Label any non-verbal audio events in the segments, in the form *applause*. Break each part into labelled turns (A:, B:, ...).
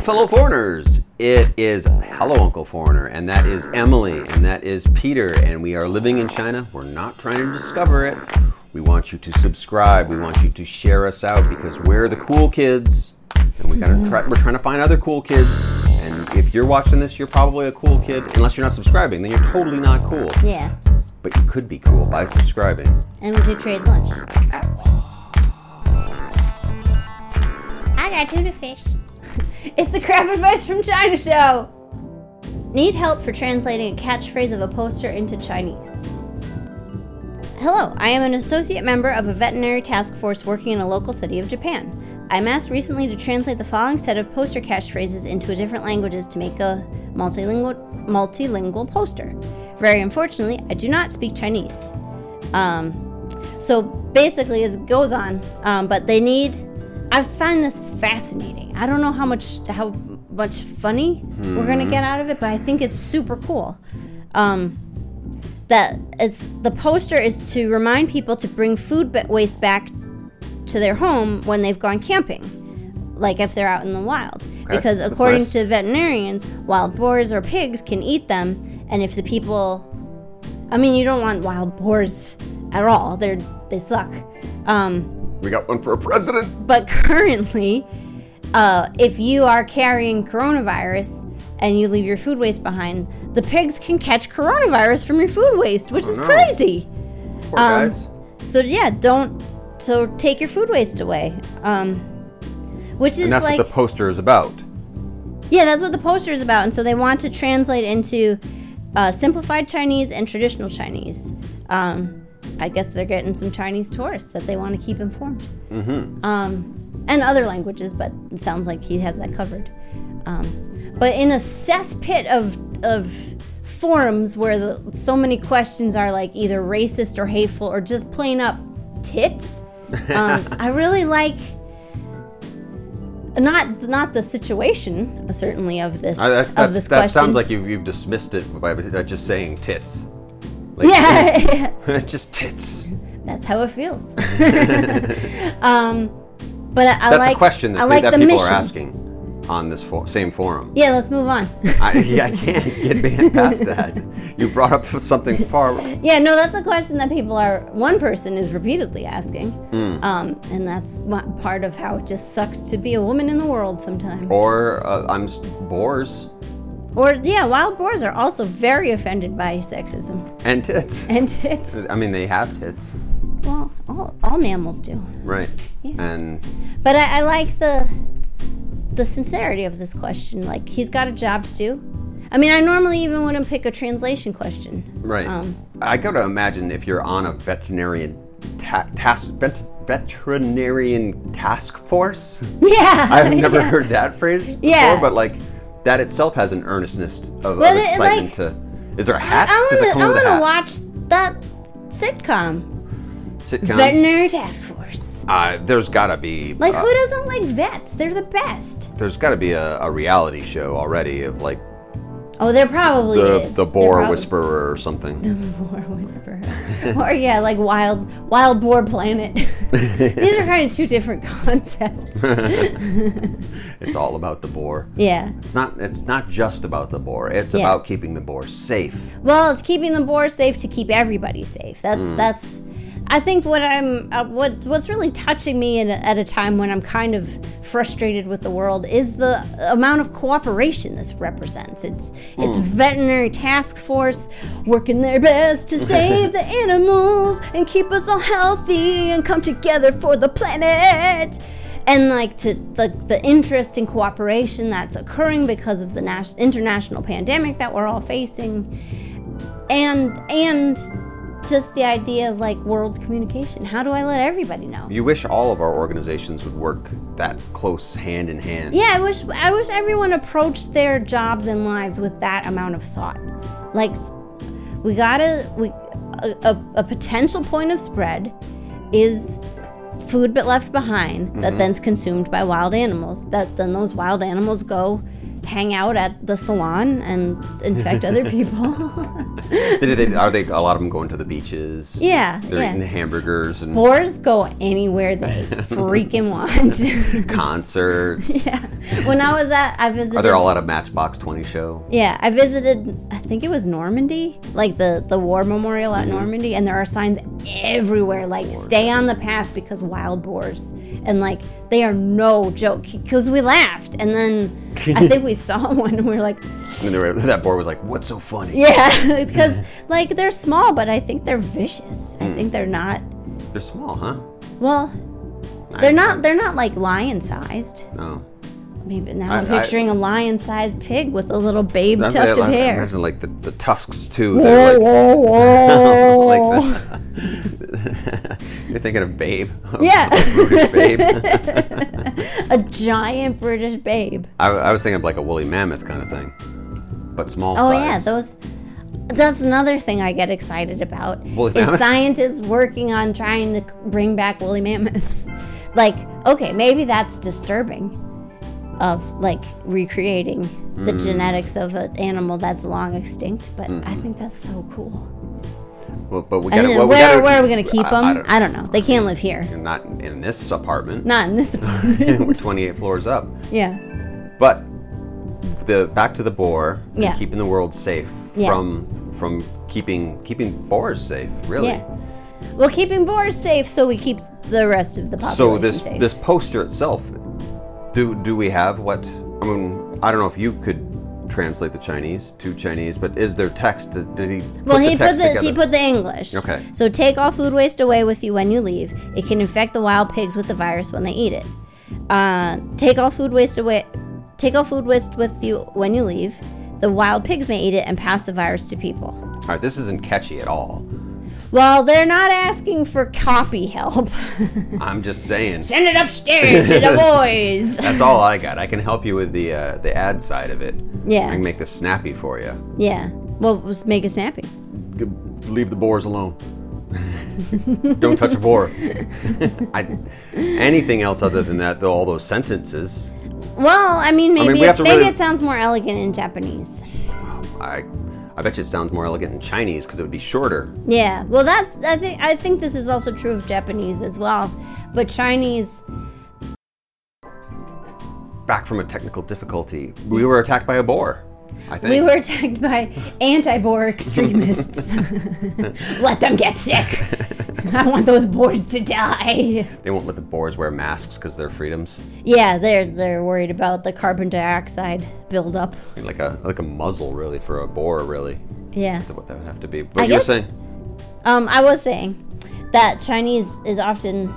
A: fellow foreigners. It is Hello Uncle Foreigner, and that is Emily, and that is Peter, and we are living in China. We're not trying to discover it. We want you to subscribe. We want you to share us out because we're the cool kids, and we gotta try, we're trying to find other cool kids. And if you're watching this, you're probably a cool kid, unless you're not subscribing. Then you're totally not cool.
B: Yeah.
A: But you could be cool by subscribing.
B: And we could trade lunch. I got tuna fish. *laughs* it's the Crab Advice from China show. Need help for translating a catchphrase of a poster into Chinese. Hello, I am an associate member of a veterinary task force working in a local city of Japan. I'm asked recently to translate the following set of poster catchphrases into a different languages to make a multilingual multilingual poster. Very unfortunately, I do not speak Chinese. Um, so basically, it goes on, um, but they need. I find this fascinating. I don't know how much how much funny we're gonna get out of it, but I think it's super cool. Um, that it's the poster is to remind people to bring food ba- waste back to their home when they've gone camping, like if they're out in the wild. Because
A: that's
B: according
A: nice.
B: to veterinarians, wild boars or pigs can eat them, and if the people I mean, you don't want wild boars at all. They're they suck. Um,
A: We got one for a president.
B: but currently, uh, if you are carrying coronavirus and you leave your food waste behind, the pigs can catch coronavirus from your food waste, which is
A: Oh, no.
B: crazy.
A: Poor
B: Um,
A: guys.
B: So yeah, don't. So take your food waste away. Um, which is
A: And that's
B: like
A: what the poster is about.
B: Yeah, that's what the poster is about. And so they want to translate into uh, simplified Chinese and traditional Chinese. Um, I guess they're getting some Chinese tourists that they want to keep informed. Mm-hmm. Um, and other languages, but it sounds like he has that covered. Um, but in a cesspit of, of forums where the, so many questions are like either racist or hateful or just plain up
A: *laughs*
B: tits, um, I really like not not the situation certainly of this
A: I, that
B: of
A: that's,
B: this
A: that
B: question.
A: sounds
B: *laughs*
A: like you've, you've dismissed it by by just saying tits. Like,
B: yeah, *laughs*
A: it's *laughs* just tits.
B: that's how it
A: *laughs*
B: feels. *laughs* um, but I, I
A: That's
B: like
A: a question that,
B: I
A: pe-
B: like
A: that
B: the
A: people
B: mission.
A: are asking on this for- same forum.
B: Yeah, let's move on. *laughs*
A: I, yeah, I can't get *laughs* banned past that. You brought up something far.
B: yeah, no, that's a question that people are. One person is repeatedly asking,
A: Hmm.
B: um, and that's one- part of how it just sucks to be a woman in the world sometimes.
A: Or uh, I'm s- boars
B: Or, yeah, wild boars are also very offended by sexism, *laughs*
A: and tits.
B: and it's
A: I mean, they have tits,
B: well, all, all mammals do.
A: right?
B: Yeah.
A: And
B: But I, I like the the sincerity of this question. Like he's got a job to do. I mean, I normally even wouldn't pick a translation question. *laughs*
A: right.
B: Um,
A: I gotta imagine if you're on a veterinarian ta- task vet- veterinarian task force.
B: *laughs* yeah.
A: I've never heard that phrase before,
B: Yeah.
A: but like that itself has an earnestness of,
B: Well,
A: of
B: it-
A: excitement
B: like-
A: to. Is there a
B: I
A: hat? Does it come
B: wanna- I
A: with a
B: want to
A: hat?
B: watch that sitcom,
A: Sitcom?
B: Veterinary Task Force.
A: Uh, there's gotta be
B: Like
A: uh,
B: who doesn't like vets? They're the best.
A: there's gotta be a, a reality show already of like
B: Oh, there probably
A: the
B: is.
A: the
B: There
A: boar
B: probably-
A: whisperer or something.
B: *laughs* Boar
A: *laughs*
B: whisperer. or yeah, like wild wild boar planet. These are kind of two different *laughs*
A: *laughs*
B: concepts.
A: it's all about the boar.
B: Yeah.
A: It's not it's not just about the boar. It's
B: Yeah.
A: about keeping the boar safe.
B: Well, it's keeping the boar safe to keep everybody safe. That's that's. I think what I'm uh, what what's really touching me in a, at a time when I'm kind of frustrated with the world is the amount of cooperation this represents. It's it's veterinary task force working their best to save the animals and keep us all healthy and come together for the planet and like to the, the interest in cooperation that's occurring because of the nas- international pandemic that we're all facing and and just the idea of like world communication how do i let everybody know
A: You wish all of our organizations would work that close hand in hand.
B: yeah i wish i wish everyone approached their jobs and lives with that amount of thought like s- we gotta we a, a, a potential point of spread is food
A: Mm-hmm.
B: but left behind that then's consumed by wild animals that then those wild animals go hang out at the salon and infect
A: *laughs*
B: other people. *laughs*
A: They- they- are they a lot of them going to the beaches?
B: Yeah,
A: They're
B: yeah.
A: eating hamburgers and
B: Boars go anywhere
A: *laughs*
B: they freaking want. *laughs*
A: concerts.
B: yeah. When I was at, I visited.
A: Are they all at a Matchbox 20 show?
B: Yeah, I visited. I think it was Normandy, like the the war memorial at
A: Mm-hmm.
B: Normandy, and there are signs everywhere, like "Stay on the path because wild boars," and like they are no joke because we laughed, and then I think we saw *laughs* one and we were like,
A: And they were, that board was like, what's so funny?
B: "Yeah," *laughs* because like they're small, but I think they're vicious.
A: Hmm.
B: I think they're not.
A: They're small, huh?
B: Well, they're not. They're not like lion sized.
A: No.
B: Maybe now
A: I-
B: I, am
A: I-
B: picturing a lion sized pig with a little babe
A: I'm-
B: tuft of
A: I'm- I
B: hair.
A: imagine like the, the tusks too. They're like, *laughs* like that. *laughs* You're thinking of Babe.
B: yeah.
A: *laughs* babe. *laughs*
B: a giant British babe.
A: I, I was thinking of like a woolly mammoth kind of thing, but small
B: Oh yeah,
A: size.
B: those. That's another thing I get excited about
A: Woolly
B: is
A: mammoths?
B: scientists working on trying to c- bring back woolly mammoths. *laughs* like, okay, maybe that's disturbing, of like recreating the
A: Mm.
B: genetics of an animal that's long extinct. But
A: Mm-hmm.
B: I think that's so cool.
A: Well, but we
B: And
A: gotta,
B: then
A: well, we
B: where
A: gotta-
B: where are we gonna keep
A: I-
B: them?
A: I
B: I
A: don't-
B: don't, know. They can't live here.
A: Not in this apartment.
B: Not in this
A: *laughs* We're *laughs*
B: apartment.
A: 28 floors up.
B: yeah.
A: But the back to the boar. and
B: Yeah.
A: Keeping the world safe
B: Yeah.
A: from from keeping keeping boars safe. Really.
B: Yeah. Well, keeping boars safe, so we keep the rest of the population
A: So this
B: safe.
A: this poster itself, do do we have what? I mean, I don't know if you could translate the Chinese to Chinese, but is there text? Did did he? Put
B: Well,
A: the
B: he put
A: text
B: the he
A: together?
B: put the English.
A: Okay.
B: So take all food waste away with you when you leave. It can infect the wild pigs with the virus when they eat it. Uh, take all food waste away. Take all food waste with you when you leave. The wild pigs may eat it and pass the virus to people.
A: All right, this isn't catchy at
B: *laughs*
A: all.
B: Well, they're not asking for copy help. *laughs*
A: I'm just saying.
B: Send it upstairs
A: *laughs*
B: to the boys.
A: That's all I got. I can help you with the uh, the ad side of it.
B: Yeah.
A: I can make this snappy for you.
B: Yeah. Well, let's make it snappy.
A: G- Leave the boars alone. *laughs* Don't touch a boar. *laughs* I, anything else other than that? Though all those sentences,
B: Well, I mean, maybe
A: we have
B: it's,
A: to
B: maybe
A: really-
B: it sounds more elegant in Japanese.
A: oh, I I bet you it sounds more elegant in Chinese because it would be shorter.
B: Yeah, well, that's I think I think this is also true of Japanese as well, but Chinese.
A: back from a technical difficulty. We were attacked by a boar. I think
B: We were attacked by anti-Boer extremists.
A: *laughs*
B: *laughs* Let them get sick. I want those boars to
A: *laughs*
B: die.
A: they won't let the boars wear masks because they're freedoms.
B: Yeah, they're they're worried about the carbon dioxide buildup.
A: I mean, Like a like a muzzle really for a boar really.
B: Yeah.
A: That's what that would have to be. But
B: I
A: you're
B: guess-
A: saying
B: Um, I was saying that Chinese is often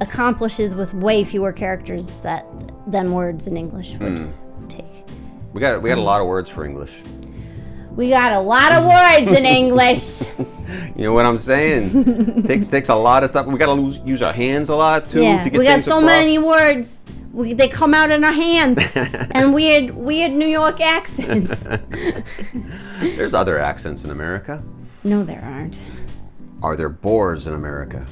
B: accomplishes with way fewer characters that than words in English would
A: Hmm.
B: take.
A: we got we got a lot of words for English.
B: We got a lot of words in
A: *laughs*
B: English.
A: You know what I'm
B: *laughs*
A: saying? takes takes a lot of stuff. We gotta lose, use our hands a lot too
B: Yeah,
A: to get
B: we got
A: things
B: so
A: across.
B: many words. We, they come out in
A: *laughs*
B: our hands and weird, weird New York accents.
A: There's other accents in America.
B: no, there aren't.
A: Are there boars in America?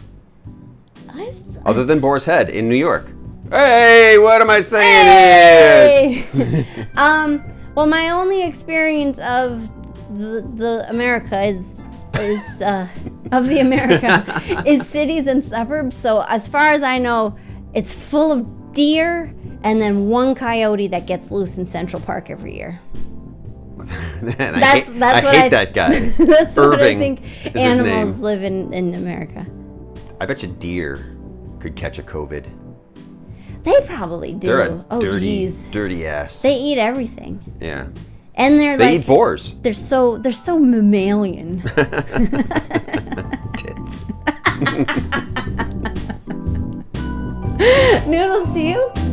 B: I
A: Other than Boar's Head in New York. Hey, what am I saying here?
B: Hey! *laughs* um. Well, my only experience of the, the America is is uh, of the
A: *laughs*
B: America is cities and suburbs. So as far as I know, it's full of deer and then one coyote that gets loose in Central Park every year. *laughs*
A: *laughs* And I
B: That's-
A: hate,
B: that's
A: I
B: what
A: hate
B: I-
A: that guy.
B: *laughs* That's
A: Irving
B: what I think
A: is his
B: animals
A: name.
B: live in in America.
A: I bet you deer could catch a COVID.
B: They probably do.
A: They're a
B: oh
A: dirty,
B: jeez.
A: dirty ass.
B: They eat everything.
A: yeah,
B: And they're
A: they
B: like
A: eat boars.
B: they're so they're so
A: *laughs*
B: mammalian. *laughs*
A: Tits.
B: Noodles to you?